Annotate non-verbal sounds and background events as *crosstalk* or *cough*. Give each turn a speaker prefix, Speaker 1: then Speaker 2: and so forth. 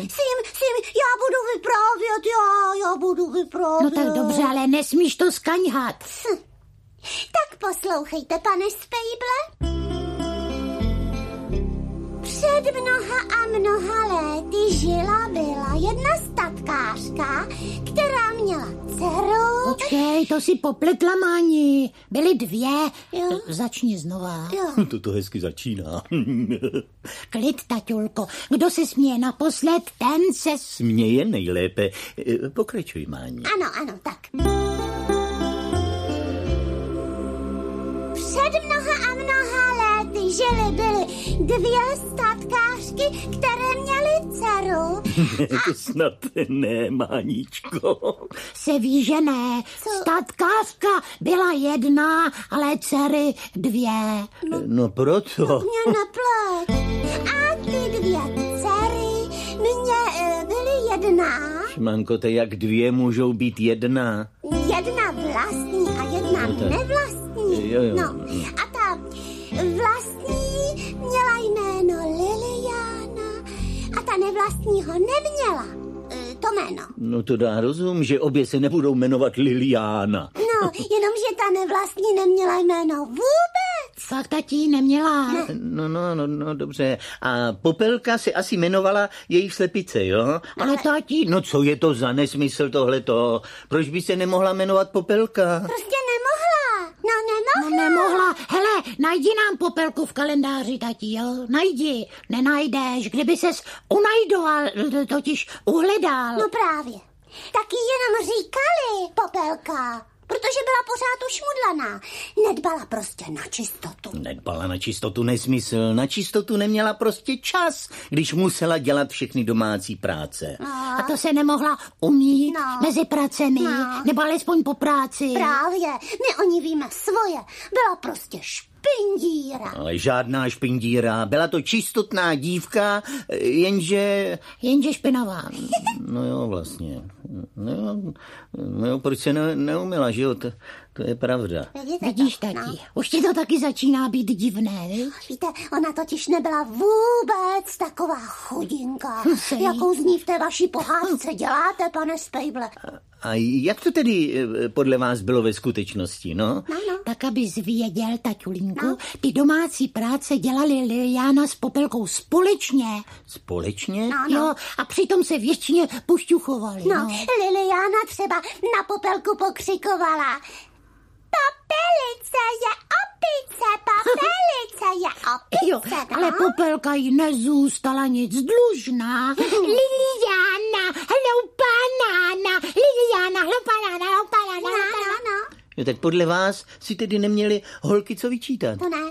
Speaker 1: Sim, sim, já budu vyprávět, já, já budu
Speaker 2: No
Speaker 1: vyprávět. Hm.
Speaker 2: tak dobře, ale nesmíš to skaňhat.
Speaker 1: Tak poslouchejte, pane Spejble. Před mnoha a mnoha léty žila byla jedna statkářka, která měla dceru.
Speaker 2: Počkej, to si popletla, Mani. Byly dvě. Eh,
Speaker 1: Jo.
Speaker 2: Začni znova.
Speaker 1: Jo.
Speaker 3: *laughs* Toto hezky začíná. *laughs*
Speaker 2: Klid, tatulko. Kdo se směje naposled, ten se... s-
Speaker 3: Směje nejlépe. Eh, Pokračuj, *laughs* Mání.
Speaker 1: Ano, ano, tak. Před mnoha a mnoha lety žily byly dvě statkářky, které měly dceru.
Speaker 3: To snad ne, Máničko.
Speaker 2: Se ví, že ne.
Speaker 1: Co?
Speaker 2: Statkářka byla jedna, ale dcery dvě.
Speaker 3: No, no proto.
Speaker 1: Mě neplet. A ty dvě dcery mě eh, byly jedna.
Speaker 3: Manko, to jak dvě můžou být jedna.
Speaker 1: Jedna vlastní a jedna
Speaker 3: No tak.
Speaker 1: nevlastní.
Speaker 3: Jo, jo.
Speaker 1: No, a ta vlastní měla jméno Liliana a ta nevlastní ho neměla. Eh, To jméno.
Speaker 3: No to dá rozum, že obě se nebudou jmenovat Liliána. *laughs*
Speaker 1: No, jenomže ta nevlastní neměla jméno vůbec.
Speaker 2: Fakt tatí neměla.
Speaker 3: No, no, no, no, dobře. A Popelka se asi jmenovala její slepice, jo?
Speaker 2: Ale tatí...
Speaker 3: No co je to za nesmysl tohleto? Proč by se nemohla jmenovat Popelka?
Speaker 1: Prostě nemohla. No,
Speaker 2: No
Speaker 1: nemohla.
Speaker 2: nemohla. Hele, najdi nám popelku v kalendáři, tati, jo? Najdi. Nenajdeš. Kdyby ses unajdoval, totiž uhledal.
Speaker 1: No právě. Tak jí jenom říkali popelka, protože byla pořád ušmudlaná. Nedbala prostě na čistotu.
Speaker 3: Nedbala na čistotu nesmysl, na čistotu neměla prostě čas, když musela dělat všechny domácí práce.
Speaker 2: A to se nemohla umít
Speaker 1: No.
Speaker 2: mezi pracemi,
Speaker 1: No.
Speaker 2: nebo alespoň po práci.
Speaker 1: Právě, my o ní víme svoje. Byla prostě špindíra.
Speaker 2: No.
Speaker 3: Ale žádná špindíra, byla to čistotná dívka, eh, jenže...
Speaker 1: *laughs*
Speaker 2: Jenže špinavá.
Speaker 3: No jo, vlastně. No jo, no jo proč se ne, neumila, že jo? To, to je pravda.
Speaker 1: Vidíte
Speaker 2: Vidíš,
Speaker 1: to? No.
Speaker 2: tati, už ti to taky začíná být divné, viď?
Speaker 1: Víte, ona totiž nebyla vůbec taková chudinka,
Speaker 2: Hm, Sej. Hm.
Speaker 1: jakou z ní v té vaší pohádce děláte, pane Spejble.
Speaker 3: A jak to tedy eh, podle vás bylo ve skutečnosti, no?
Speaker 1: No, no.
Speaker 2: Tak, aby zvěděl, tatulinku, ty domácí práce dělali Liliana s Popelkou společně.
Speaker 3: Společně?
Speaker 1: No, no.
Speaker 2: Jo, a přitom se většině pošťuchovali.
Speaker 1: No, Liliana třeba na popelku pokřikovala. Papelice je opice, papelice je opice.
Speaker 2: *laughs* Jo,
Speaker 1: no?
Speaker 2: ale Popelka jí nezůstala
Speaker 1: *laughs*
Speaker 2: nic dlužná. Liliana, hloupanána, Liliana, hloupanána, hloupanána,
Speaker 1: No, no, no,
Speaker 3: Jo, tak podle vás si tedy neměli holky co vyčítat.
Speaker 1: to ne.